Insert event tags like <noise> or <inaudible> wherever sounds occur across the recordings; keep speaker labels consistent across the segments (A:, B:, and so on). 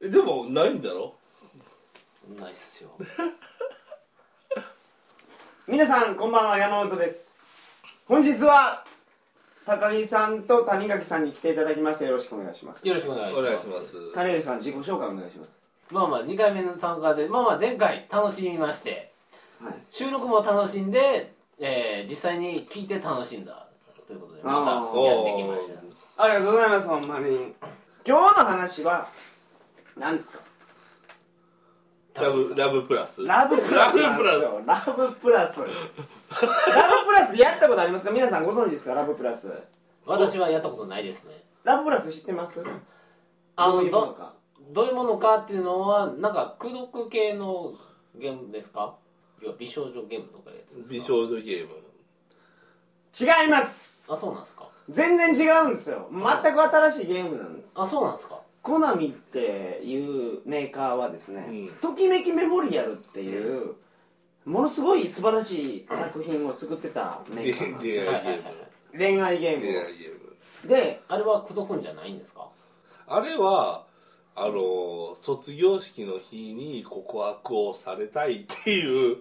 A: えでもないんだろ
B: ないっすよ
C: 皆さんこんばんは山本です本日は高木さんと谷垣さんに来ていただきましてよろしくお願いします
B: よろしくお願いし
A: お
B: ます
A: 願いします
C: 谷垣さん自己紹介お願いします
B: まあまあ2回目の参加でまあまあ前回楽しみまして
C: はい
B: 収録も楽しんで、えー実際に聞いて楽しんだということでまた
C: あー
B: やってきました
C: ありがとうございますほんまに今日の話は何ですか
A: ラブラブプラス
C: ラブプラスなんですよラブプラスラブプラスやったことありますか皆さんご存知ですかラブプラス
B: 私はやったことないですね
C: ラブプラス知ってます
B: あ
C: どう
B: の
C: いうもの
B: ど
C: か
B: どういうものかっていうのはなんか功毒系のゲームですか要は美少女ゲームとかいうやつですか
A: 美少女ゲーム
C: 違います
B: あそうなんですか
C: 全然違うんですよ全く新しいゲームなんです
B: あそうなんですか
C: コナミっていうメーカーはですね、
A: うん
C: ときめきメモリアルっていうものすごい素晴らしい作品を作ってた
A: 恋
C: メー
A: 愛
C: カーなんで
A: ゲーム
C: す恋愛ゲー
A: 恋
C: ム
A: 愛ゲーム
C: をで
B: あれは功毒んじゃないんですか
A: あれはあの卒業式の日に告白をされたいっていう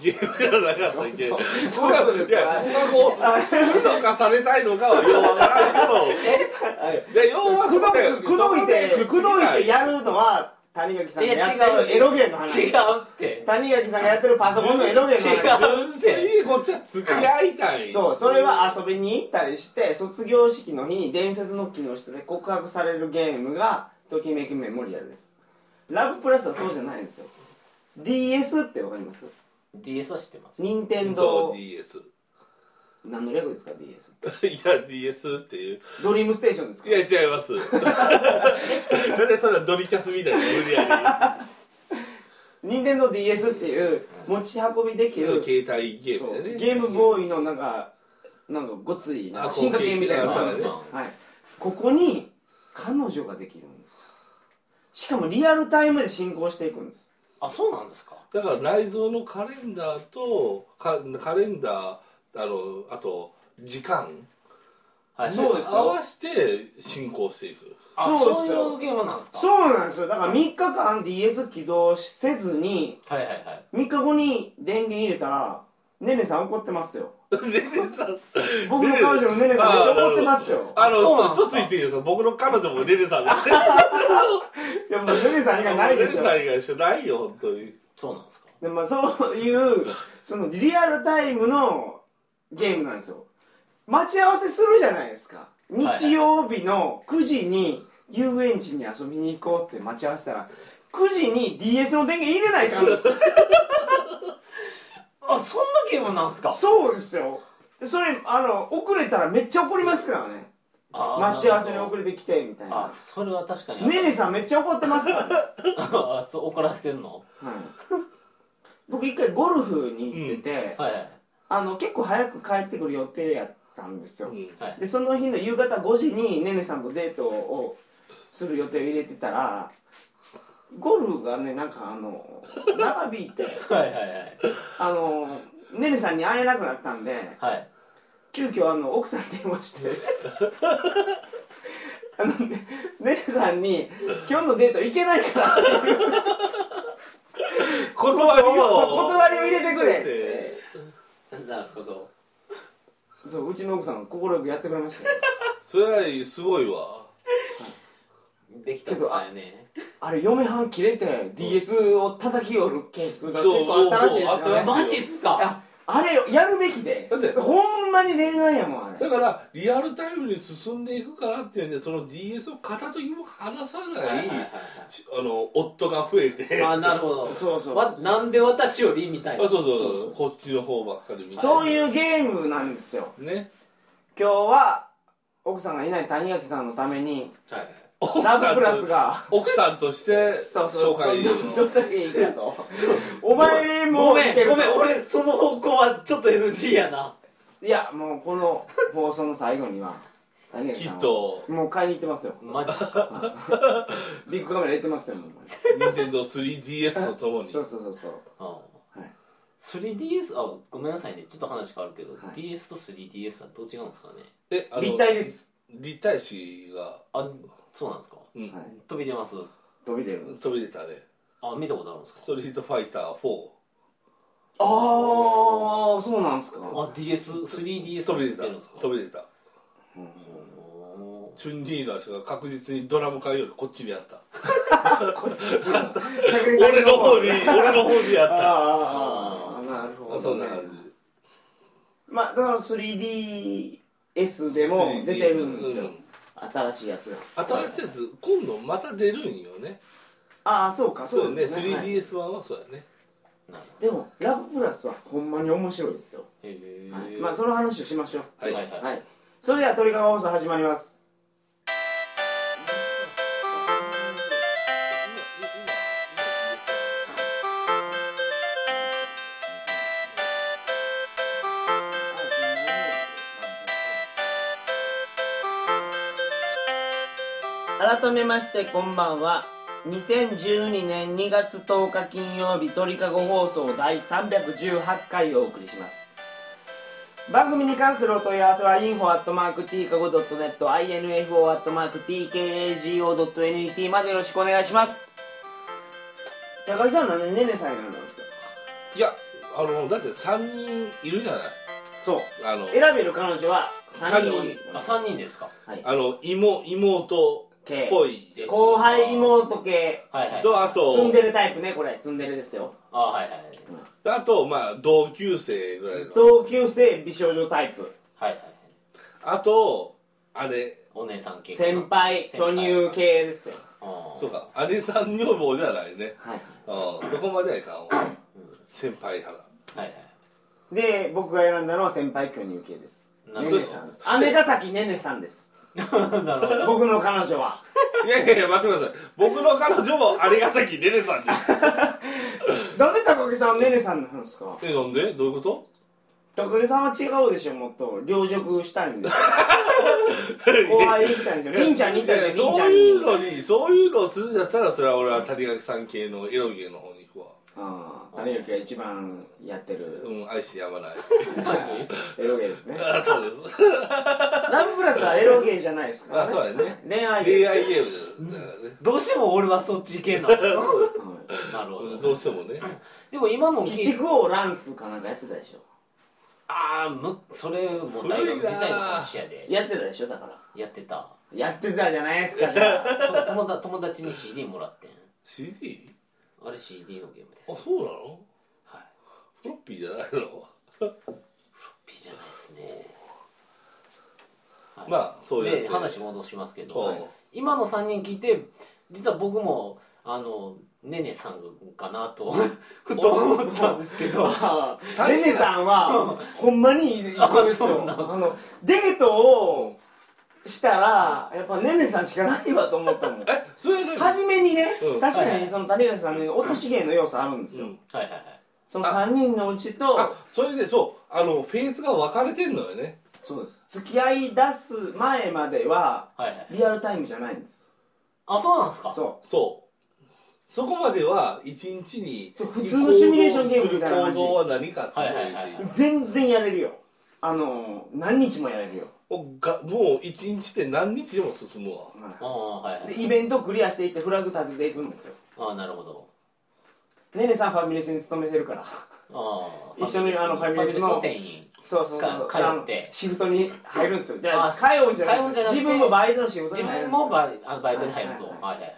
A: ゲームじゃなかったっけ
C: そう
A: そ
C: そういうことです
A: れ
C: か
A: はいや告白をするのかされたいのかはようわからんけ
C: はい
A: どで要は
C: くど
A: そこで
C: くくどいて
A: そ
C: く
A: こで
C: どいてやるのは谷垣さんがやってるエロゲーの話
B: 違うって
C: 谷垣さんがやってるパソコンのエロゲーの話
B: 違う
A: 純粋にこっちは付き合いたい
C: そうそれは遊びに行ったりして卒業式の日に伝説の木の下で告白されるゲームがときめきメモリアルですラブプラスはそうじゃないんですよ DS ってわかります
B: DS は知ってます
C: 任天
A: と
C: 堂
A: DS い
C: 何の略ですか DS って
A: や DS っていう
C: ドリームステーションですか
A: いや違います
C: <laughs>
A: なんでそんなドリキャスみたいな無理や
C: 任天堂 DS っていう持ち運びでき
A: り
C: る
A: 携帯ゲー
C: そ
A: ム
C: う
A: だよね
C: ゲームボーイのなんかなんかごついなんか
A: あ
C: 進化系みたいな
A: そう
C: や
A: だ
C: つ、
A: ね
C: はい、ここに彼女ができるんですよしかもリアルタイムで進行していくんです
B: あそうなんですか
A: だから内蔵のカレンダーとかカレンダーあのあと時間
B: はい
C: そうですよ
A: 合わせて進行していく
B: あ
C: そう
B: そう
C: ですよ
B: いうゲームなんですか
C: そうなんですよだから3日間 DS 起動せずに
B: はいはいはい
C: 3日後に電源入れたらねねさん怒ってますよ
A: 全然さ
C: 僕の彼女のねねさんめっちゃ怒ってますよ
A: あの
B: そうなん
A: そ
B: だ
A: 嘘ついてるよそ僕の彼女もレレさんが
C: いやもうねねさん以外ないでし <laughs> ょ
A: レレさん以外一緒ないよ本当に
B: そうなんですか
C: でまあ、そういうそのリアルタイムのゲームなんですよ待ち合わせするじゃないですか
B: はい
C: 日曜日の9時に遊園地に遊びに行こうって待ち合わせたら9時に DS の電源入れないかんですよ
B: あそんなゲームなんですか
C: そうですよでそれあの遅れたらめっちゃ怒りますからね
B: あー
C: 待ち合わせに
B: なるほ
C: 遅
B: ど
C: れてきてみたい
B: あ
C: な
B: それは確かに
C: ねねさんめっちゃ怒ってますからね、
B: <laughs> あそう怒らせてんの
C: はい、僕一回ゴルフに行ってて、
B: はいはい
C: あの結構早く帰ってくる予定やったんですよ、
A: うん
B: はい
C: でその日の夕方5時にねねさんとデートをする予定を入れてたらゴルフがねなんかあの長引いて
B: はいはいはい
C: あのねねさんに会えなくなったんで
B: はい
C: 急遽あの奥さんに電話して <laughs> あのねねねさんに「今日のデート行けないから」
A: 断りを
C: そう断りを入れてくれって
B: なるほど
C: そううちの奥さん快くやってくれましたよ
A: それはすごいわ
B: できたんですよね
C: あれ嫁はん切れて DS を叩き寄るケースが結構新しいですよ
A: そうそう
C: ね
A: あ
B: マジっすか
C: ああれやるべきで
A: だって
C: ほんまに恋愛やもんあれ
A: だからリアルタイムに進んでいくからっていうんでその DS を片時も離さない、
B: はいはいはい
A: あの夫が増えて
B: はいあ
A: あ
B: なるほど
C: そうそう
B: わなんで私よりみたい
A: そう
B: な
A: そうそうこっちの方ばっかり見て
C: そういうゲームなんですよ
A: ね
C: 今日は奥さんがいない谷垣さんのために
B: はいはい
C: ラブプラスが
A: 奥さんとして
C: そうそう
A: 紹介
C: どどんだけいいかとお前も
B: ごめ
C: いけ
B: ん
C: る
B: ごめん俺その方向はちょっと NG やない
C: やもうこの放送の最後には谷垣
A: き
C: さん
A: っ
C: は
A: と
C: もう買いに行ってますよ
B: マジっす
C: <laughs>
B: か
C: ビッグカメラ入れてますよもうほんまに
A: Nintendo3DS とともに
C: そうそうそうそう
B: うん
C: はい
B: 3DS あごめんなさいねちょっと話変わるけど、
C: はい
B: DS と 3DS はどう違うんですかね
A: えあの
C: 立体です
A: 立体詞が、
B: あそうなんですか
A: うん
C: はい
B: 飛び出ます
C: 飛飛び出るんです
A: 飛び出たね
B: あ見たことあるんで
A: 「
B: すか
A: ストリートファイター4
C: ああそうなんですか
B: あ DS3DS」
A: 飛び出
B: てるん
A: た
B: ですか
A: 飛び出た
B: おー
A: チュンリーの足が確実にドラム缶よりこっちにあ
C: <laughs>
A: った俺
C: 俺
A: の方に俺の方にあった
C: あーあーあーなるほ
A: そ
C: ど
A: ん
C: ね
A: な感じ
C: まあだから 3DS でも
A: 3D
C: 出てるんです
A: う
C: よ新しいやつが
A: 新しいやつ今度また出るんよね
C: ああそうか
A: そ
C: そうう
A: ね
C: ですねはい
A: 3DS 版はそうやね
C: でもラブプラスはほんまに面白いですよ
B: へえ、
C: はいまあその話をしましょう
A: はい
B: はいはい
C: はいそれでは鳥かご放送始まります改めましてこんばんは2012年2月10日金曜日鳥かご放送第318回をお送りします番組に関するお問い合わせは info.tkago.net info.tkago.net までよろしくお願いします高木さんなんでねねさん選んだんですか
A: いやあのだって3人いるじゃない
C: そう
A: あの
C: 選べる彼女は3人
B: あ3人ですか
C: はい
A: あの妹妹っぽい
B: 系
C: 後輩妹系
B: はいはい
A: とあ
C: ツン
A: と
C: デレタイプねこれツンデレですよ
B: あはいはいはい
A: あとまあ同級生ぐらいの
C: 同級生美少女タイプ
B: はいはい
A: あとあれ
B: お姉さん系かな
C: 先輩
B: 先輩
C: 巨乳系ですよ
B: あー
A: そうか姉さん女房じゃないね
C: はい
A: うんそこまではいかんわ先輩派だ
B: はいはい <laughs>
C: で僕が選んだのは先輩巨乳系です
B: なるほ
C: ね
B: ど
C: ねさんです姉ヶ崎ねねさん <laughs> です
B: なるほど
C: 僕の彼女はい
A: やいやいや待ってください僕の彼女も姉ヶ崎ねねさんです
C: なんで高木さんはねねさんなんですか
A: えなんでどういう <laughs> こ
C: 高木さんは違うでしょもっと凌辱したいんですよ
A: と
C: 後輩に行き <laughs> たいんですよ凛ちゃんに行きたいんですよ凛ち
A: そ
C: ゃ
A: うんいう
C: に
A: のにそういうのをするんだったらそれは俺は谷垣さん系のエロゲーの方に行くわ
C: ああ谷幸が一番やってる
A: うん愛してやまない
C: エロゲーですね
A: あ <laughs> そうです
C: ラブプラスはエロゲーじゃないですから
A: <laughs> あ
C: ね
A: そうやね
C: 恋愛ゲー
A: 恋愛ゲームだからね
B: どうしても俺はそっち系なの
C: はい
B: なるほ
A: うん
B: ど
A: どうしてもね
B: でも今の
C: 鬼
B: 聞い
C: 畜王ランスかなんかやってたでしょ
B: ああむそれもう大学時代の話やで
C: やってたでしょだから
B: やってた
C: やってたじゃないですかじゃ
B: と
C: あ
B: 友達友達に CD もらってん
A: CD?
B: あれ CD のゲームで
A: あ
B: す
A: そうなの
B: はい
A: フロッピーじゃないの
B: ピじゃないですねはい
A: まあそうやって
B: で話戻しますけど、
A: はい
B: 今の3人聞いて実は僕もあのねねさんかなとふと思ったんですけど
C: <laughs> レネさんはほんまにいい子です
B: あそう
C: よ
B: なんですか
C: あのデートをしたらやっぱねねさんしかないわと思ったも <laughs> ん
A: えそれ何
C: 初めにね
A: うん
C: 確か
B: はいは
C: に
B: い
C: その谷垣さんの落とし芸の要素あるんです
A: う
C: よ
A: ん
B: はいはいはい
C: その3人のうちと
A: あそれでそうあのフェーズが分かれてんのよね
C: そうです付き合い出す前までは
B: はいはい
C: リアルタイムじゃないんです
B: あそうなんですか
C: そ
A: そうそこまでは一日に
C: 普通のシミュレーションゲームみたいな感
A: 行
C: じ
A: 動は何かっていうのを
B: はいはいはいは
A: 言
C: う
A: って
C: 全然やれるよあの何日もやれるよ
A: もうがもう一日で何日でも進むわ
B: ああはいはい
C: でイベントクリアしていってフラグ立てていくんですよ
B: ああなるほど
C: ねねさんファミレスに勤めてるから
B: ああ
C: 一緒にあのファミレスの
B: ファミレ店員
C: そうそうそう
B: か通って
C: シフトに入るんですよじゃあ
B: あ
C: 通うんじゃない
B: 通うんじゃなくて
C: 自分もバイトの仕事
B: 自
C: に入る
B: 分もバイあのバイトに入ると
C: は
B: はいい
C: は
B: はいはいはい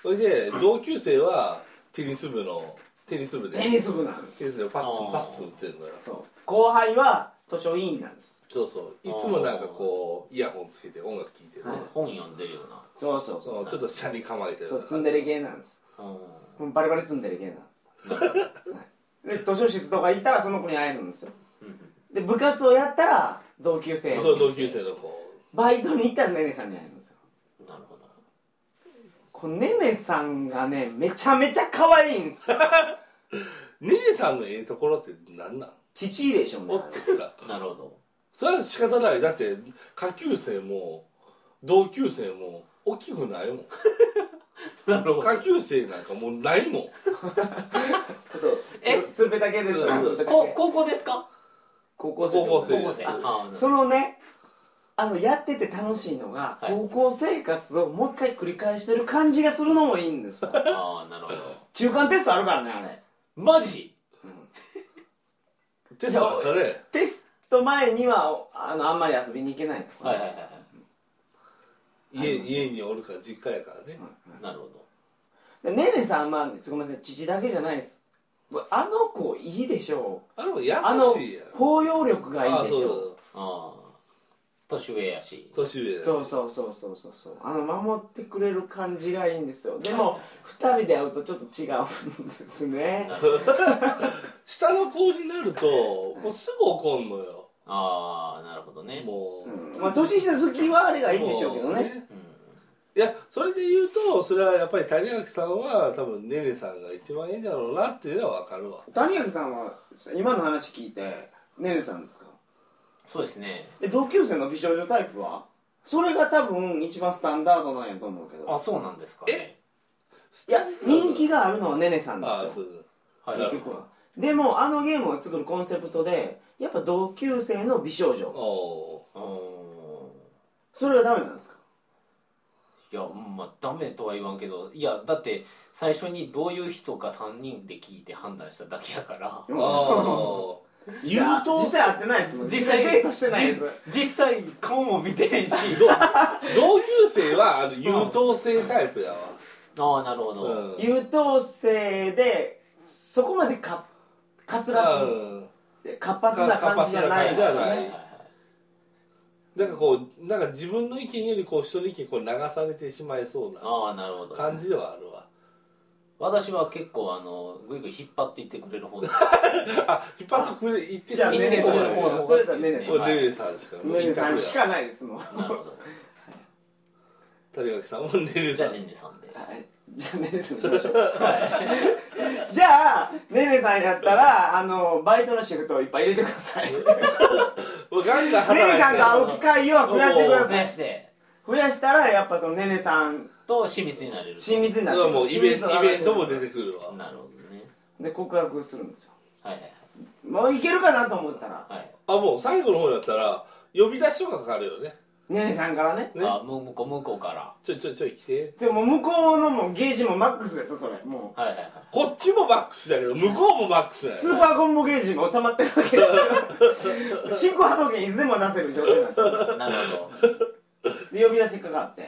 A: それで同級生はテニス部のテニス部で
C: テニス部なんですよ
A: テニスでパス
B: あー
A: パス打ってるのよ
C: そう後輩は図書委員なんです
A: そうそういつもなんかこうイヤホンつけて音楽聴いてる、
C: はい
B: 本読んでるような
C: そうそう
A: そのちょっと車に構えてる
C: そうツンデレ系なんです
B: う
C: もうバリバリツンデレ系なんですで図書室とか行ったらその子に会えるんですよ
B: ん
C: で部活をやったら同級生
A: そう同級生の子
C: バイトに行ったらねねさんに会えるんですよ
B: なるほど
C: このねねさんがねめちゃめちゃ可愛いんですよ
A: ねねさんのええところって何なん
C: 父でしょうね
A: おっ
C: あれ
A: てた
B: なるほど
A: それは仕方ないだって下級生も同級生も大きくないもん
B: なるほど
A: 下級生なんかもうないもん
C: そう
B: え
C: つつべたけですよつべたけ
B: こ高校ですか
C: 高校
A: 高校
C: 生
A: 生
B: 高校生ああ
C: そのねあのやってて楽しいのが、
B: はい
C: 高校生活をもう一回繰り返してる感じがするのもいいん
B: <laughs>
C: ですよ
B: ああなるほど
C: 中間テストあるからねあれ
B: マジ
A: テストあったね
C: テスト前にはあのあんまり遊びに行けないとか、
B: はいはいはいは
A: 家家におるから実家やからね、
B: いなるほど
C: でねねさんまあごめんなさい父だけじゃないですあの子いいでしょう
A: あれも優
C: あの
A: しいやん
C: 包容力がいいで
A: あ
C: しょう
A: そう
B: ああ年上やし
A: そう年上や
C: そうそうそうそうそうそうあの守ってくれる感じがいいんですよで
B: は
C: も
B: い
C: 2人で会うとちょっと違うんですね
B: なるほど
A: 下の子になるともうすぐ怒んのよ
B: ああなるほどね
A: もう、
C: うんまあ年下好きはあれがいいんでしょうけどね
B: うん
A: いやそれで言うとそれはやっぱり谷垣さんは多分ねねさんが一番いいんだろうなっていうのは分かるわ
C: 谷垣さんは今の話聞いてねねさんですか
B: そうですね
C: え同級生の美少女タイプはそれが多分一番スタンダードなんやと思うけ
B: あ
C: ど
B: そうなんですかね
C: いや人気があるのはねねさんです
A: あ
C: よ
A: あそう
B: はい
A: な
C: 結
A: る
C: 局はでもあのゲームを作るコンセプトでやっぱ同級生の美少
A: お
C: 女
A: お
B: うん
C: それはダメなんですか
B: いやまあダメとは言わんけどいやだって最初にどういう人か3人で聞いて判断しただけやか
A: ー
B: ら
A: ああ優等
C: 実際会ってないですもん
B: 実際
C: デートしてないです
B: 実実際顔も見てへんし
A: 生同級生はあの優等生タイプやわ、
B: ああなるほど、
A: うん
C: 優等生でそこまでかかつら
A: うん
C: ず活発な感じじゃないです
A: 活発な感じ
B: はいはい
C: よ
A: じ
B: は
A: ゃ
B: い
C: ね
A: なんかこうなんか自分の意見よりこう人の意見こう流されてしまいそうな
B: ああなるほど
A: 感じではあるわ
B: 私は結構あのぐいぐい引っ張っていってくれる方
C: <laughs>
B: で
A: あ引っ張ってくれ言って
C: じゃあ
A: くれ
C: ね
B: 言て
C: ねさ
B: く
C: ん
B: れ
A: こ
B: る方
A: れ
B: の方
C: それだねねさん
A: こ
B: は
A: れ
B: い
A: ねねさんしか
C: ねねさんしかないですもん
B: なるほど
A: 谷垣さんもねね
B: じ
A: さ
B: ゃあ
A: ん
B: ねんねさんで
C: はいじゃあねねさんにしましょう
B: はい <laughs>
C: じゃあねねさんやったらあのバイトのシフトをいっぱい入れてくださいねね
A: もうガンガン働いて
C: さんと会う機会を増やしてくだ
B: 増
C: さ
B: や
C: い
B: して
C: 増やしたらやっぱそのねねさん
B: と親密になれる
C: 親密にな
A: だ
C: っ
A: か
C: て
A: らもうイベン
C: 親密度
A: トイ
C: が上が
A: ベントも出て
C: る
A: くるわ
B: なるほどね
C: で告白するんですよ
B: はいはい
C: もういけるかなと思ったら
B: はい、はい
A: あもう最後の方だったら呼び出しとかかかるよね
C: ねねさんからね
A: ね
B: あもう向こう向こうから
A: ちょいちょいちょい来て
C: でも向こうのもうゲージもマックスですよそれもう
B: はいはいはい
A: こっちもマックスだけど向こうもマックスだ
C: スー
A: よ
C: パーコンボゲージも溜まってるわ
B: <laughs>
C: けですよ進行波動拳いつでも出せる状態なんで
B: なるほど
C: すで呼び出しかかって、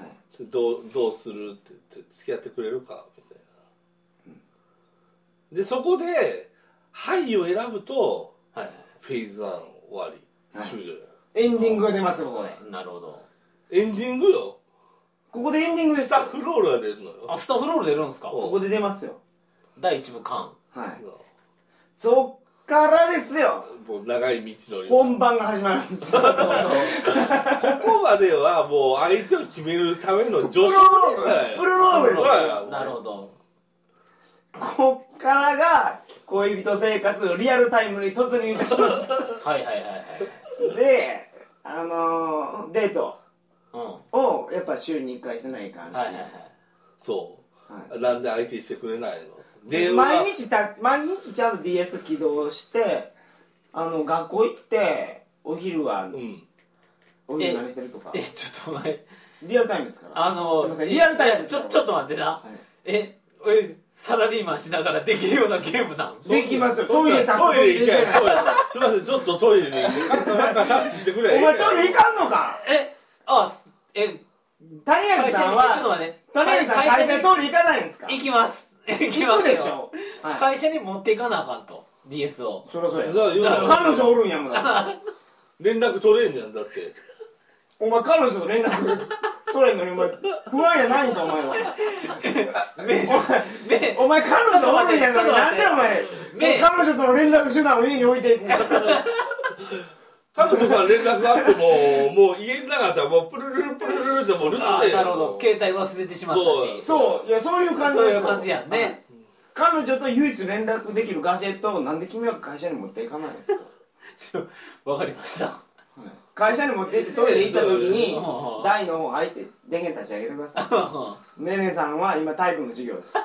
C: はい、
A: どうどうするって言って付き合ってくれるかみたいなでそこで「はい」を選ぶと
B: はいは
A: フェーズ1終わり
C: はい
A: 終了よ
C: エンディングが出ますここで
B: いなるほど
A: エンディングよ
C: ここでエンディングで
A: ス
C: す
A: タ
C: よ
A: ッフロールが出るの
B: あ
A: よ
B: スタッフロール出るんですか
A: お
C: ここで出ますよ
B: 第一部完
C: はいそっからですよ
A: もう長い道のりこ
C: 本番が始まるん
B: <laughs>
C: ですよ
A: こまではもう相手を決めるための助手でしたよ
C: プロローグですよ
A: そうや
B: なるほど
C: こっからが恋人生活リアルタイムに突入いたします
B: はいはいはいはい
C: であのーデート
B: うんは
C: をやっぱ週に1回せない感
B: い
C: じ、
B: はいはい
A: そう
C: はい
A: なんで相手してくれないの電話
C: 毎日た毎日ちゃんと DS 起動してあの学校行ってお昼は
A: うん
C: お昼何してるとか
B: えちょっと前
C: リアルタイムですから
B: あの
C: すいませんリアルタイムです
B: ち
C: よ
B: ょちょっと待ってな
C: はい
B: ええサラリーマンしながらできるようなゲームなん
C: できますよトイレ立っ
A: トイレ行
C: て
A: けトイレすいませんちょっとトイレになんかなんかタッチしてくれ
C: お前トイレ行かんのか
B: えあすえ
C: 谷垣
B: 会社
C: さん
B: にちょっと
C: は
B: 待って
C: 谷垣さん
B: 会会
C: 会社
B: 社
C: に
B: に
C: トイレ行かないんですか
B: 行きます行きま
C: 行く
B: すよ
C: でしょはい
B: 会社に持っていかなあかんと DS を
C: そりゃそうや
A: そう言うな
C: 彼女おるんやもんだ
B: <laughs>
C: って
A: 連絡取れんじゃんだって
C: お前彼女と連絡取れんのにお前不安やないんかお前
B: <laughs>
C: は
B: メールメール
C: お前彼女おるんやからなんでお前
B: ね
C: その彼女との連絡手段を家に置いていくんだ
A: 彼女から連絡があってももう家の中だったらもうプルルルプルルルってもう留守
B: あ
A: だよ
B: なるほど携帯忘れてしまったし
C: <laughs> そういやそういう感じ
B: そう
C: です
B: い
C: よ
B: う感じやん
C: はい
B: ね
C: 彼女と唯一連絡できるガジェットをなんで君は会社に持っていかないんですか <laughs>
B: わかりました <laughs>
C: 会社に持って行ってトイレ行った時に
B: うん
C: 台の方開いて電源立ち上げてくだ <laughs> さ
B: はい
C: ねねさんは今体育の授業 <laughs> です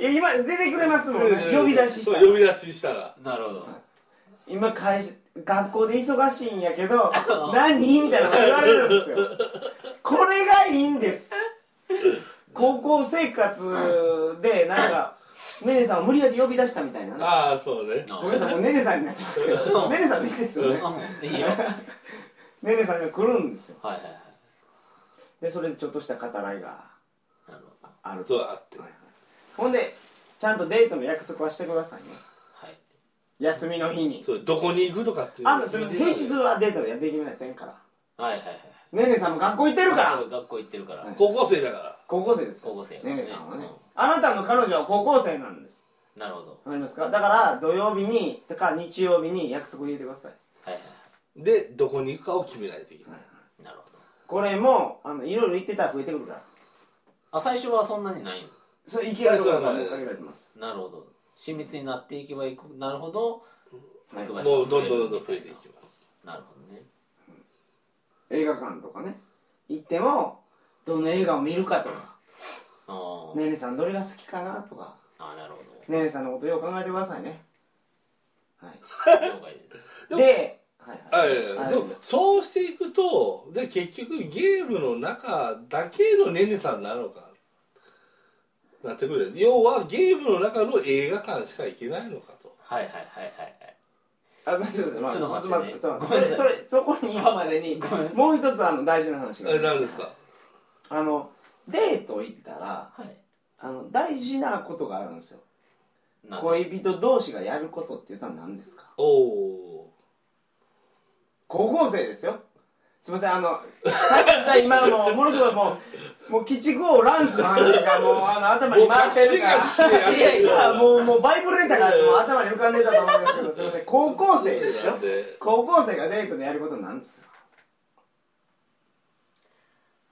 C: いや今出てくれますもんね呼び出しした
A: そう呼び出ししたら
B: いなるほど
C: 今会社学校で忙しいんやけど何みたいなこと言われるんですよこれがいいんです高校生活でなんかねねさんを無理やり呼び出したみたいなね
A: ああそうね
B: な
C: ごめんなさいもうねねさんになってますけどねねさんでいいですよね
B: うんいいよはい
C: ねねさんが来るんですよ
B: はいはい
C: でそれでちょっとした語らいが
B: なるほど
C: あると
A: そうあってね
C: ほんでちゃんとデートの約束はしてくださいね
B: はい
C: 休みの日に
A: そうどこに行くとかっていう
C: あのすみません平日はデートやっていけませんから
B: はいはいはい
C: ねねさんも学校行ってるから
B: 学校学校行ってるから
A: 高校生だから
C: 高校生です
B: 高
C: よ
B: 校生やか
C: ね
B: ら
C: ねさんはね、
B: うん
C: あなたの彼女は高校生なんです
B: なるほど
C: わかりますかだから土曜日にとか日曜日に約束入れてください
B: はいは
A: でどこに行くかを決めないといけない
B: いなるほど
C: これもあのいろいろ言ってたら増えてくるから
B: あ最初はそんなにないの
C: それいけるところがもう限られてます
B: なるほど親密になっていけばいくなるほど
C: は
B: 行
C: い
B: く場
A: も
B: 所
A: うどんどんどんどん増えていきます
B: なるほどね
C: 映画館とかね行ってもどの映画を見るかとか
B: あー、
C: ねねさんどれが好きかなとか
B: あーなるほど
C: ねねさんのことよく考えてくださいねはい
B: 了解です
A: でも
C: で、はい
A: あ
C: はい
A: やいやでもそうしていくとで結局ゲームの中だけのねねさんなのかなってくるよ要はゲームの中の映画館しか行けないのかと
B: はいはいはいはいはい
C: あ、まあ、すいません、
B: ちょっ
C: まあ、
B: と
C: すいま
B: 待
C: せ
B: ってね
C: ん、すいま
B: ご
C: せん、そ
B: めんな
C: れ、
B: さい
C: それ、そこに今までに
B: ごめんな、さい
C: もう一つ、あの、大事な話があ
A: え
C: る。
A: 何ですか
C: あの、デート行ったら、
B: はい
C: あの、大事なことがあるんですよ。
B: なるほど
C: 恋人同士がやることって言ったら何ですか
A: おお
C: 高校生ですよ。すいません、あの、高橋さん今もう、ものすごいもう、もう、鬼畜王ランスの話がもう、あの、
A: も
C: 頭に
A: うガ
C: 回
A: ッ
C: って
A: シ
C: るから
A: ガ。シや
B: いやい
C: 今
B: や
C: もう、もう、バイブレーターがもう頭に浮かんでたと思うんですけど、すいません、高校生ですよ。
A: で
C: 高校生がデートでやることなんですか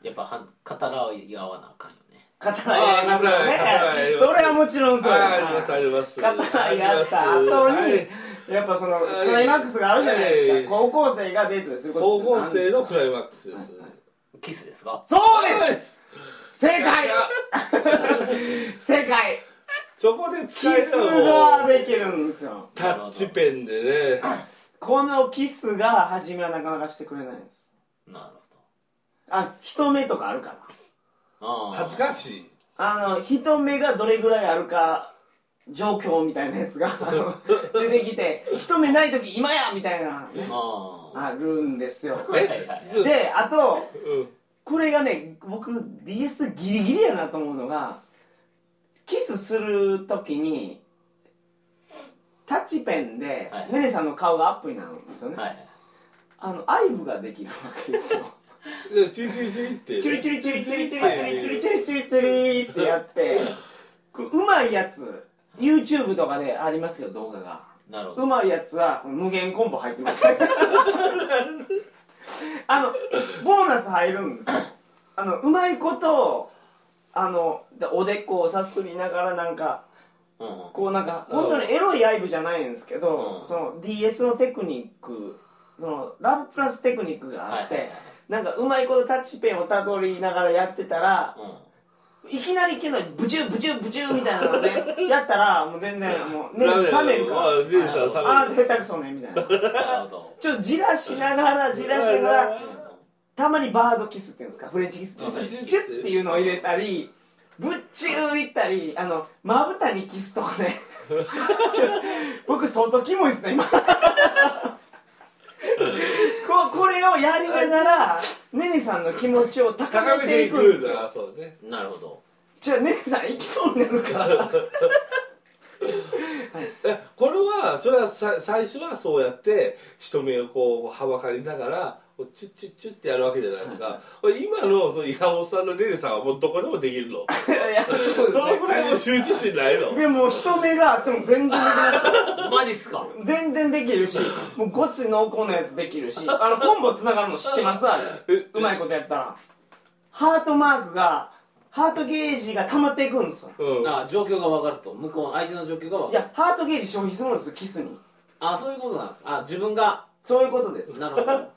B: やっぱはん語らい合わなあかんよね
C: 刀やりますよね
A: あー刀やります
C: それはもちろんそう
A: あ
C: や
A: ありますあります
C: 刀やった後に、
A: はい
C: やっぱその
A: はい
C: クライマックスがあるじゃないですか、
A: はい
C: 高校生がデートですること
A: 高
C: って
A: 校生の
C: 何です
A: クライマックスです
B: キスですか
C: かそうです正解
A: いや
C: 正解
A: そこで
C: キ
A: 使え
C: ス
A: るの
C: が
A: も
C: できるんですよ
A: タッチペンでね
C: このキスが初めはなかなかしてくれないんです
B: なるほ
C: あ人目とかあるから
B: どあー
A: 恥ずかしい
C: あの人目がどれぐらいあるか状況みたいなや <laughs> つがあの出てきて人目ない時今やみたいな
B: あー
C: あるんですよ
B: はいはいはい
A: ず
C: であと
A: うん
C: これがね僕 DS ギリギリやなと思うのがキスするときにタッチペンで
B: はい
C: ねねさんの顔がアップになるんですよね、
B: はいはい
C: あのアイブができるわけですよ
A: でチュリチュリチュリってね
C: チュリチュリチュリチュリチュリチュリチュリチュリチュリチュリってやってこううまいやつ YouTube とかでありますけど動画が
B: なるほ
C: う
B: ど
C: まいやつは無限コンボ入ってますねあのボーナス入るんですよあのうまいことをあのでおでこをさすりながらなんか
B: うんうん
C: こうなんか本当にエロいアイブじゃないんですけど、
B: うん
C: その DS のテクニックそのラブプラステクニックがあって、
B: はいはいはい
C: なんかうまいことタッチペンをたどりながらやってたら
B: う
C: いきなりけどブチューブチューブチューみたいなのねやったらもう全然もうね冷める
B: <laughs>
C: か
A: まあ
C: ら。
A: 姉さん冷める
C: あなた下手くそねみたいな
B: んなるほど
C: ちょっとじらしながらじらしながらたまにバードキスっていうんですかフレンチキスチュチュチュチュっていうのを入れたりぶっちゅういったりあのまぶたにキスとかねちょ僕相当キモいっすね今ここれをやりながらねねさんの気持ちを高
A: 高
C: め
A: め
C: て
A: て
C: い
A: い
C: くん
A: く
C: で
A: ん
C: すよ
A: だそうね
B: うんなるほど
C: じゃあねねさん行きそうになるから
A: えこれはそれはさ最初はそうやって人目をこうはばかりながらこうチュッチュッチュッってやるわけじゃないですかこれ今のその岩本さんのレネさんはもうどこでもできるの
C: いやそうですね
A: そのぐらいもう羞恥心ないの
C: でも人目があっても全然できない
B: マジっすか
C: 全然でき
A: <laughs>
C: るしもうごつい濃厚なやつできるしあのコンボつながるの知ってますあれ
A: え
C: うまいことやったらハートマークがハートゲージが溜まっていくんですよ
A: うん
B: あ状況が分かると向こう相手の状況が分
C: い
B: かる
C: やハートゲージ消費するんですキスに
B: あそういうことなんですかあ自分が
C: そういうことです
B: なるほど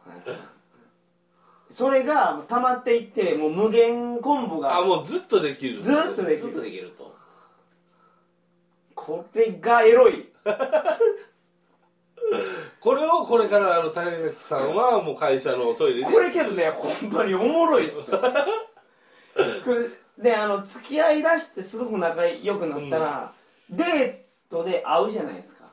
C: それが溜まっていってもう無限コンボ
A: あ
C: が
A: もうずっとできる
C: ずっとでき
B: ずっとで
C: る
B: きると
C: これがエロい
A: これをこれからあの谷垣さんはもう会社のトイレで
C: これけどね本当におもろいっすよこれであの付き合いだしてすごく仲良くなったら、デートで会うじゃないですか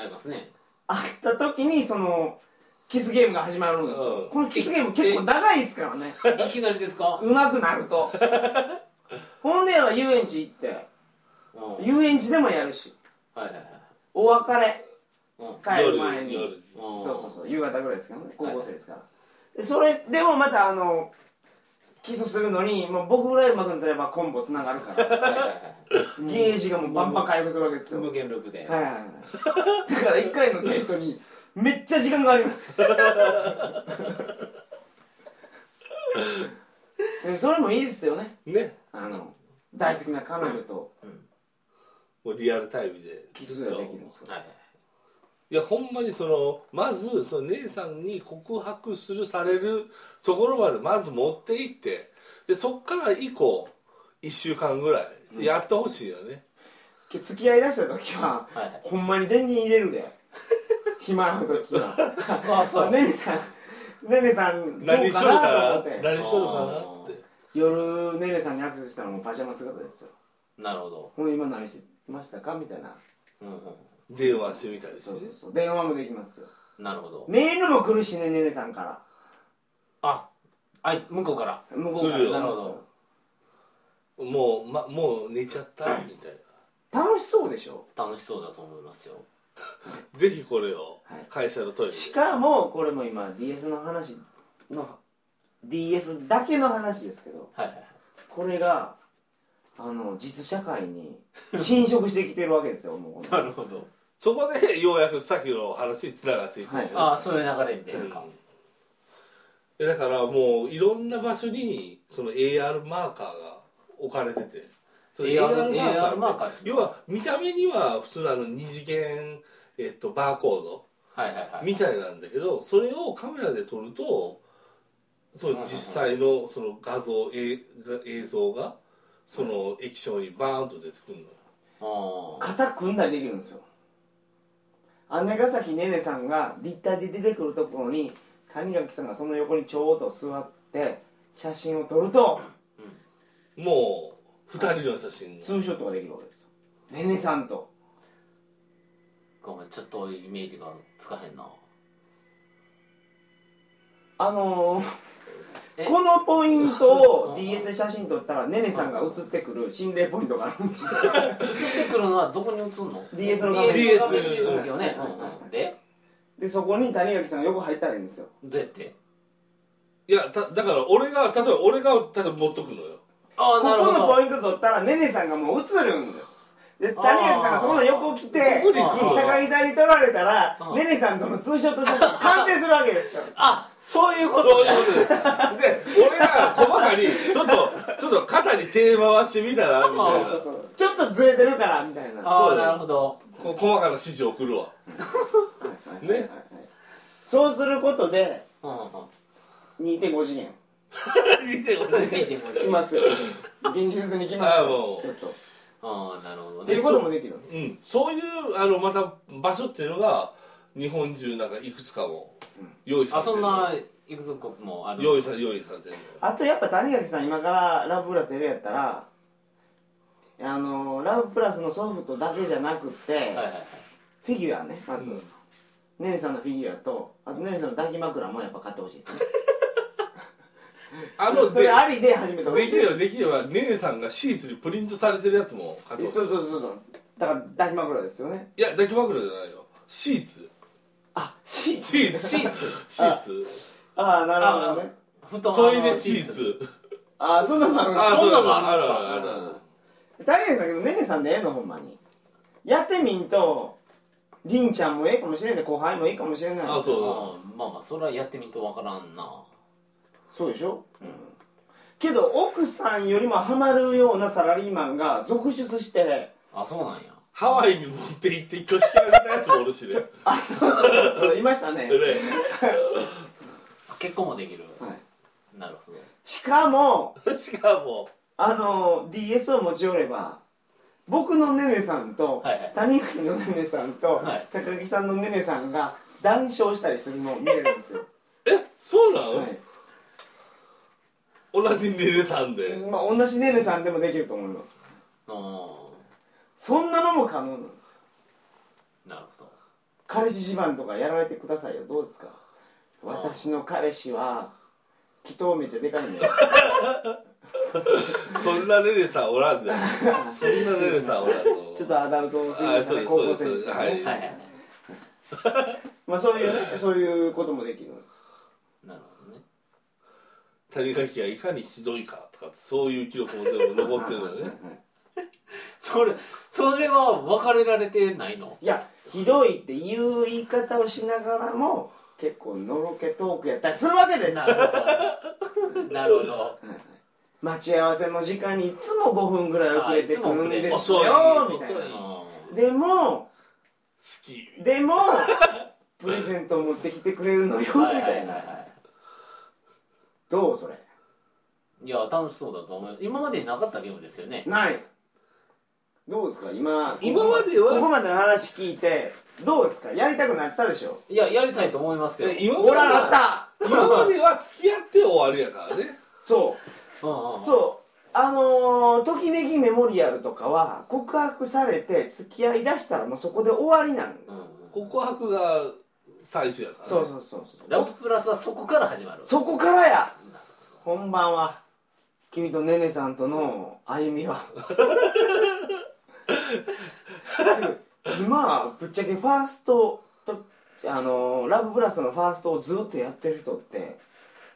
B: ありますね
C: 会った時にそのキスゲームが始まるんですよ、
A: うん
C: このキスゲーム結構長いですからね
B: いきなりですか、
C: うまくなる
A: <laughs>
C: とほんでは遊園地行って
B: うん、はい
C: 遊園地でもやるし
B: はいはい
C: お別れ
B: うん
C: 帰る前に
A: 夜夜
B: うん
C: そうそうそう夕方ぐらいですからね高校生ですから、でそれでもまたあのキスするのにもう僕ぐらいうまくなればコンボつなが
A: <laughs>
C: るから
B: はいはいはい
C: ゲージがもうバンバン回復するわけですよ、
B: 無限ループで、
C: はいはいはいだから1回のデートにめっちゃ時間があります <laughs> うんそれもいいですよね
A: ね
C: あの大好きな彼女と
A: もうリアルタイムで
C: キスができるんですよ
B: はいはい
A: いやほんまにそのまずその姉さんに告白するされるところまでまず持っていってでそっから以降1週間ぐらいやってほしいよね、
C: け付き合いだした時は
B: はいはい
C: ほんまに電源入れるで暇な時は
B: ああ
C: そうねねさんねねさんど
A: 何
C: う
A: しとる
C: か
A: か
C: な
A: な
C: と思って
A: 何しとるかなって
C: 夜ねねさんにアクセスしたらもうパジャマ姿ですよ
B: なるほど、
C: 「ほん今何してましたか?」みたいな
B: うんうん
A: 電話してみたりして
C: そう
A: ね
C: そうそう電話もできますよ
B: なるほど
C: メールも来るしねねねさんから
B: ああ向こうから
C: 向こうか
A: 来
C: ら
A: るよ
B: なるほど
A: もう、ま、もう寝ちゃったみたい
C: 楽しそうでしょ
B: 楽しそうだと思いますよ
A: なぜひこれを
C: はい
A: 会社のトイレ
C: しかもこれも今 DS の話の DS だけの話ですけど
B: はいはいはい
C: これがあの実社会に侵食してきてるわけですよもう
B: なるほど
A: そこでようやくさっきの話につながっていくんだよね、
B: ああそういう流れですか、
A: うんだからもういろんな場所にその AR マーカーが置かれててその
B: AR マーカー
A: って要は見た目には普通のあの二次元、えっと、バーコード
B: はいはいはい
A: みたいなんだけどそれをカメラで撮るとその実際のその画像え映像がその液晶にバーンと出てくるのよ
B: ああ
C: 肩組んだりできるんですよ姉ヶ崎ねねさんが立体で出てくるところに谷垣さんがその横にちょうど座って写真を撮ると
A: もう2人の写真
C: ツーショットができるわけですよねねさんと
B: ごめんちょっとイメージがつかへんな
C: あのー
B: え
C: このポイント
B: う <laughs> ん
C: を DS で写真撮ったらねねさんが写ってくる心霊ポイントがあるん
B: <laughs>
C: ですよ
B: 映ってくるのはどこに映るの
C: DS の画面
B: DS の画面ですよね、
C: はいはいはい
B: うんうんで
C: でそこに谷垣さんが横入ったらいいんですよ
B: どうやって
A: いやただから俺が例えば俺が例えば持っとくのよ
B: あ
C: こ
B: あなる
C: こ
B: ほ
C: の
B: ど
C: ポイント取ったらねねさんがもう映るんですで谷垣さんがそこの横来て
A: ここに
B: 来るの
C: 高木さんに撮られたら
B: うん
C: ねねさんとのツーショット写真が完成するわけですよ
B: あそういうこ
A: そ
B: と
A: ういうことでで俺が細かにちょっとちょっと肩に手回してみたらみたい
B: あ
A: な
C: そうそうちょっとずれてるからみたいな
B: ああなるほど
A: こう細かな指示を送るわね
C: はいはいはいそうすることで
B: うんうん
C: 2.5次元
A: 見てこ
B: う
A: れ
B: ん2.5
C: 来ます
B: <laughs>
C: よ現実に来ます
A: ああ
C: よ
A: もう
C: ちょっとっ
B: ああなるほど
C: て
B: ね
C: いうこともできるんです
A: うん、そういうあのまた場所っていうのが日本中なんかいくつかも用意さ
B: あ
A: れて
B: そ
A: る
B: んないくつかもある
A: 用意さ用意されてるのよ
C: あとやっぱ谷垣さん今からラブプラスやるやったらあのラブプラスのソフトだけじゃなくて、
B: はいはいはい
C: フィギュアねまず、
A: うん
C: ねねさんのフィギュアとあとねねさんの抱き枕もやっぱ買ってほしいですね
A: あの
C: それ
A: で
C: ありで始めたほしい
A: できればできればねねさんがシーツにプリントされてるやつも買ってほしい
C: そうそうそうそうだから抱き枕ですよね
A: いや抱き枕じゃないよシーツ
C: あシー
A: シーツ
B: シーツ
A: シーツ
C: ああなるほどね
B: 布団
A: 添い寝シーツ
C: ああそんなのあるんです
A: あ
B: そんな
A: う
B: の
A: あ
B: あ
A: る
B: るん
A: あ
B: です
A: る
B: か
A: あるある
C: 大変ですけどねねさんでええのほんまにやってみんとりんちゃんもええかもしれない後輩もええかもしれない
A: あそう
B: うんまあまあそれはやってみんとわからんな
C: そうでしょ、うん、けど奥さんよりもハマるようなサラリーマンが続出して <laughs>
B: あそうなんや
A: ハワイに持って行って挙式あげたやつもおるしねね
C: そうそうそういましたね、
B: あ結婚もできる
C: はい、
B: なるほど
C: しかも
A: しかも
C: あの DS を持ち寄れば僕のねねさんと、
B: はいはい
C: 谷垣のねねさんと、
B: はい
C: 高木さんのねねさんが談笑したりするのを見れるんです
B: <laughs>
C: よ、
A: そうなの、
C: はい
A: 同じねねさんで
C: まあ、同じねねさんでもできると思います
B: あ
C: そんなのも可能なんですよ
B: ーなるほど
C: 彼氏自慢とかやられてくださいよどうですか私の彼氏は祈祷めっちゃでかいんだよ
A: そんなねねさんおらんでそんなねねさんおらんの
C: ちょっとアダルトすぎ
A: あ
C: る
A: そ
C: か
A: うで
C: ら
A: す
C: 高
A: そう
C: 校
A: ですそうで
C: 生で
A: すす
C: けど
A: は
C: ね
A: い、
B: はいはいはい
C: まあそういうねそういうこともできるんです
B: なるほどね
A: 谷垣がいかにひどいかとかそういう記録も全部残ってるのよね
B: それそれは別れられてないの
C: <laughs> いやひどいっていう言い方をしながらも結構のろけトークやったりするわけです
B: なるほどなるほど
C: 待ち合わせの時間にいつも5分ぐらい遅れてくるんで
B: あい
C: す
A: つも遅れ
C: よ
A: る
C: みたい
A: 遅
C: ないでも
A: 好き
C: でもプレゼント持ってきてくれるのよみ
B: うんはいはい
C: た
B: はい
C: いな
B: は
C: どうそれ
B: いいや楽しそうだと思う今までになかったゲームですよね
C: ないどうですか今
A: 今までは
C: ここまでの話聞いてどうですかやりたくなったでしょ
B: いややりたいと思いますよ
A: え今
C: ほ
A: まで
C: らあっ
A: は
C: た
A: 今までは付き合って終わりやからね
C: そう
B: うんうん
C: そうあのーときめきメモリアルとかは告白されて付き合いだしたらもうそこで終わりなんです、
B: うんうん
A: 告白が最初やから、ね、
C: そうそうそうそ
B: ラブ
C: う
B: プラスはそこから始まる
C: そこからや本番は君とねねさんとの歩みは今ぶっちゃけファーストとあのーラブプラスのファーストをずっとやってる人って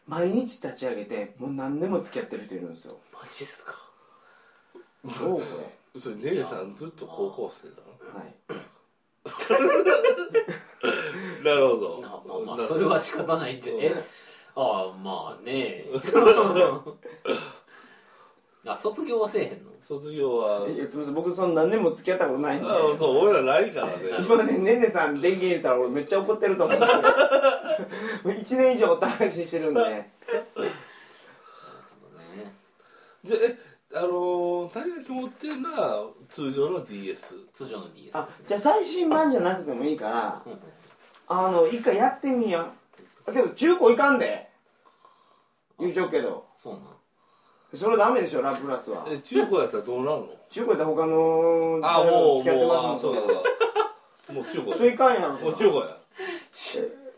C: 毎日立ち上げてもう何年も付き合ってる人いるんですよ
B: マジっすか
C: どうこれ
A: それ姉さんずっと高校生だ
C: はい
A: ななるほど
B: なまあまあそれは仕方ないってえああまあねあ卒業はせえへんの
A: 卒業はい
C: やすみません僕その何年も付き合ったことないんで
A: あそう俺らないからね
C: 今ねねねさん電源入れたら俺めっちゃ怒ってると思うんですよ <laughs> 1年以上お試ししてるんで
B: ね
A: でえあのー、谷垣持ってるのは通常の DS
B: 通常の DS
C: あ
B: ですね
C: じゃあ最新版じゃなくてもいいから
B: うんうん
C: あの一回やってみやけど中古いかんで言うちょうけど
B: そうなん
C: それダメでしょラブプラスは
A: え中高やったらどうなるの
C: 中古やったら他の
A: あもう
C: 付き合っ
A: もう
C: てま
A: あ
C: すも
A: そ
C: ん
A: う
C: ね
A: だそうだもう中高
C: それ
A: や
C: いかんやろそん
A: もう
C: な
A: 中高や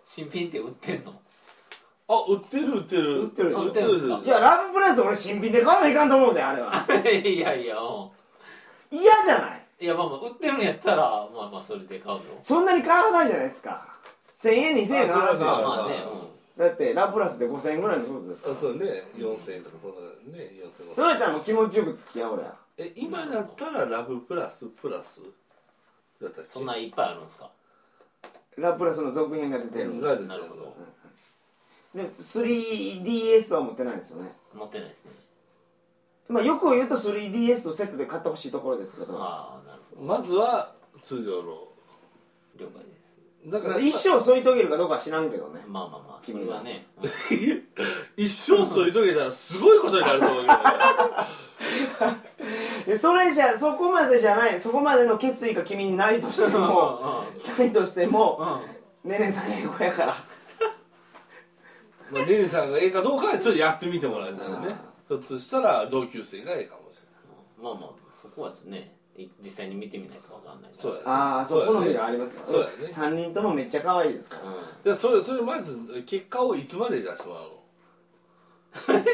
B: 新品って売ってんの <laughs>
A: あ売ってる売ってる
C: 売ってるでしょ
A: 売ってる
B: 売ってるん
C: いやラブプラス俺新品で買わないかんと思うであれは
B: いやいやうん
C: 嫌じゃない
B: いやまあまあ売ってるんやったらまあまあそれで買うよ
C: そんなに変わらないじゃないですか1000円2000円の話でし
A: あそう
C: ょ
A: そう
B: まあね
C: だってラプラスで5000円ぐらいのことですか
A: あ
C: ら
A: そうね4000円とかそんなね4000円
C: それやったらもう気持ちよく付き合おうや
A: え今だったらラブプラスプラスだったっ
B: う
A: け
B: んそんないっぱいあるんですか
C: ラプラスの続編が出てる、で
A: なぜ
B: な
A: な
B: る
A: る
B: ほ
A: ほ
B: ど
A: ど
C: 3DS は持ってないですよね
B: 持ってないですね
C: まあよく言うと 3DS をセットで買ってほしいところですけど
B: ああなるほ
A: まずは通常の
B: ど了解です
A: だから
C: 一生添い遂げるかどうかは知らんけどね
B: まあまあまあそれはねうん
A: <laughs> 一生添い遂げたらすごいことになると思うけどね
C: でそれじゃそこまでじゃないそこまでの決意が君にないとしても
A: <laughs>
C: ないとして
B: う
C: も
B: んうん
C: ねねさん英語やから
A: まあ、ねねさんがええかどうかはちょっとやってみてもらいたいねひょっとしたら同級生がええかもしれない
B: まあまあそこはちょっとねい実際に見てみないとわかんないから
A: そうやね
C: ああそう
A: やね
C: 好みがありますか
A: そうや
C: ら
A: ね
C: 3人ともめっちゃ可愛いですから
A: いやそれそれまず結果をいつまで出してもらうの
B: うん、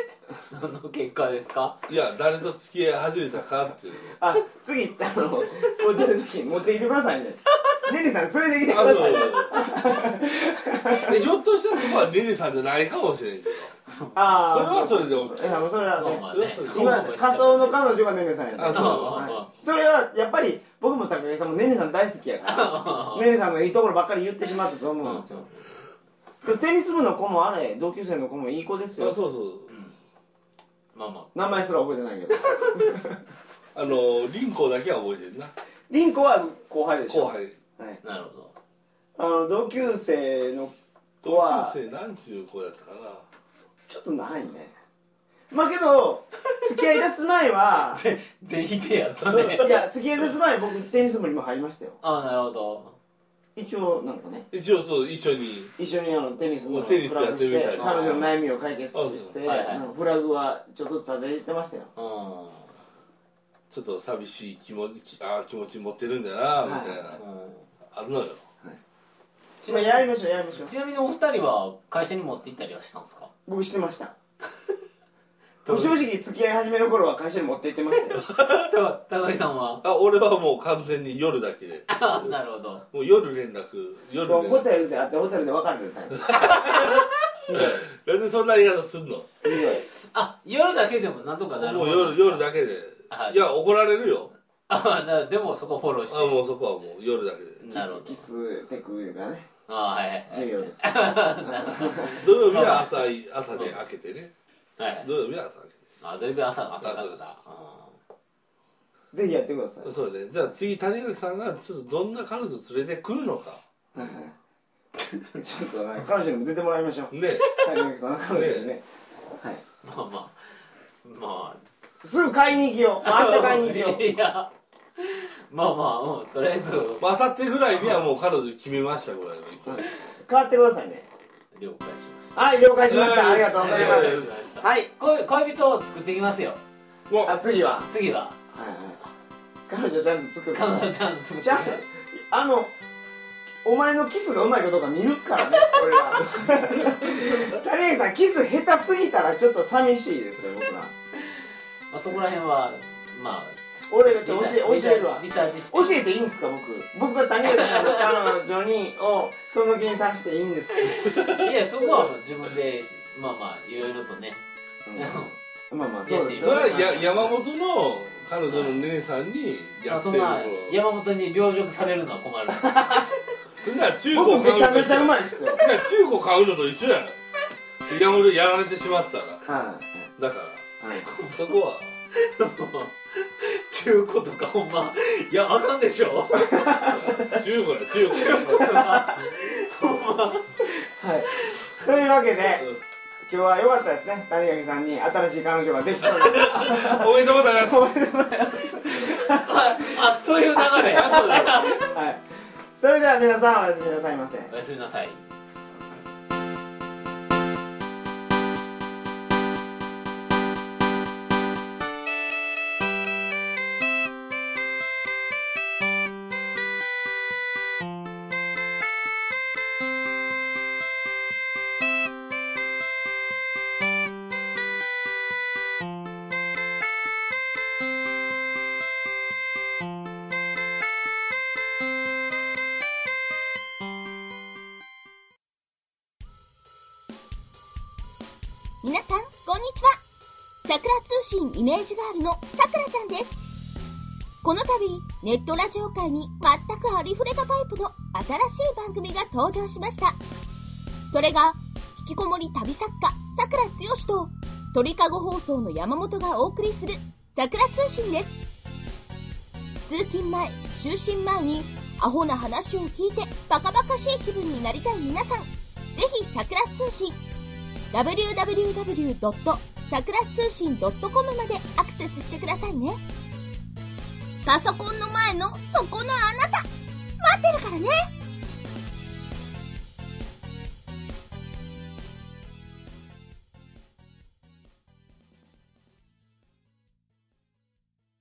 B: 何の結果ですか
A: いや誰と付き合い始めたかっていう
C: あ、次、あの、こう出るときに持ってきてくださ
A: <laughs>
C: いね。ねねさん連れてきてく
A: あ
C: だ
A: の
C: さいね。
A: でひょっとしたらそこはねねさんじゃないかもしれんけど
C: あ
A: それはそれで OK
C: いや、もうそれは
B: まあ
C: ね
B: ま。あね
A: そうそう
C: 今、仮想の
B: 感
C: 彼女がねねさんやった
A: あそう
C: はいそれは、やっぱり、僕も高木さんもねねさん大好きやから、ねねさんのいいところばっかり言ってしまったと思うんですよ。でもテニス部の子もあれ、同級生の子もいい子です
A: そう
C: よ。
A: そう
B: まあま
C: 名前すら覚えてないけど。
A: あの凛子だけは覚えてるな
C: リンコは後輩でしょ。
A: 後。輩
C: はい。
B: あなるほど
C: あの、同級生の子
A: 同
C: は、
A: 級生なんちゅう子やったかな
C: ちょっとないねまあけど付き合い出す前は
B: 全全否定やったね
C: いや付き合い出す前僕テニス部にも入りましたよ
B: ああなるほど
C: 一応なんかね
A: 一応そう一緒に
C: 一緒にあのテニスの
A: もうテニスやってるみたい
C: ク
A: な
C: ラブして彼女の悩みを解決して、
B: はいはい
C: あのフラグはちょっとずつ立ててましたよ
B: うん
A: ちょっと寂しい気持ちあー気持ち持ってるんだなみたいな、
B: うん
A: あるのよ
B: ち
C: ま
B: な
C: あ
B: みに
C: やりましょうやりましょう
B: ちなみにお二人は会社に持って行ったりはしたんですか
C: 僕してました正直付き合い始める頃は会社に持って行ってましたよ
B: た高井さんは
A: あ俺はもう完全に夜だけで
B: <laughs> あなるほど
A: もう夜連絡夜
C: もう
A: 連
C: ホ
A: 絡
C: テルで会ってホテルで別れるタイプ
A: なんでそんな言い方すんの
C: ひどい
B: あ夜だけでもなんとかなる
A: も
B: も
A: うん
B: なんで
A: 夜
B: す
A: 夜
B: か
A: だけで
B: はい
A: いや怒られるよ
B: あなでもそこフォローして
A: あもうそこはもう夜だけで
C: <laughs> キ
B: なる
C: ス
B: ほど
C: キステクがね
B: あはいはい
C: 授業です
A: 土曜日は朝い朝で開けてね
B: はいはい
A: 土曜日は朝開
B: あだいぶ朝
A: あ
B: 朝だっ
A: そうで
B: た
A: す
C: ぜひやってください
A: けてそうねじゃあ次谷垣さんがちょっとどんな彼女連れてくるのか
C: はいはいちょっとね彼女にも出てもらいましょう
A: ね
C: 谷垣さん彼女にねはい
B: まあまあまあ
C: すぐ買いに行きよう明日買いに行きよう
B: いやまあまあ、うん、とりあえず
A: まあ明後日ぐらいにはもう彼女決めましたぐらいの勢いで
C: 変わってくださいね
B: 了解しまし
C: はい了解しましたありがとうございま
B: ありがとう
C: す
B: ございます
C: はい
B: 恋恋人を作っていきますよ
A: もう
C: あ次は
B: 次は
C: はいはい彼女ちゃんと作る
B: 彼女ちゃん作って
C: じゃああのお前のキスがうまいかどうか見るからね俺は谷垣さんキス下手すぎたらちょっと寂しいですよ僕ら
B: まあ、そこら辺はまあ
C: 俺がちょっと教え教えるわ
B: リサーチして
C: 教えていいんですか僕僕が谷口さんの彼女にをその気にさせていいんですか、
B: いやそこはもう自分でまあまあいろいろとね、
C: まあまあそうです
A: それはや山
C: 本
A: 本の彼女の姉さんに
B: <laughs> ま
A: や
B: あ
A: って
B: そ
A: るとこ
B: んな
A: ろ
B: 山本に凌辱されるのは困る
A: そんな中古
C: 僕めちゃめちゃう
A: い
C: まいっすよはい、
A: 中古買うのと一緒やん山本やられてしまったらだから
C: はい、
A: そこは
B: 中古とかほんまいやあかんでしょ <laughs>
A: 中古や中古
C: はい、というわけで今日は良かったですね谷垣さんに新しい彼女ができそうな
A: おめでとうございます
B: ああそういう流れ
C: はいそれでは皆さんおやすみなさいませ
B: おやすみなさい
D: 皆さん、こんにちは。桜通信イメージガールのさくらちゃんです。この度、ネットラジオ界に全くありふれたタイプの新しい番組が登場しました。それが、引きこもり旅作家、さくらつよしと、鳥かご放送の山本がお送りする、さくら通信です。通勤前、就寝前に、アホな話を聞いて、バカバカしい気分になりたい皆さん、ぜひ、さくら通信、www. さくら通信 .com までアクセスしてくださいね。パソコンの前のそこのあ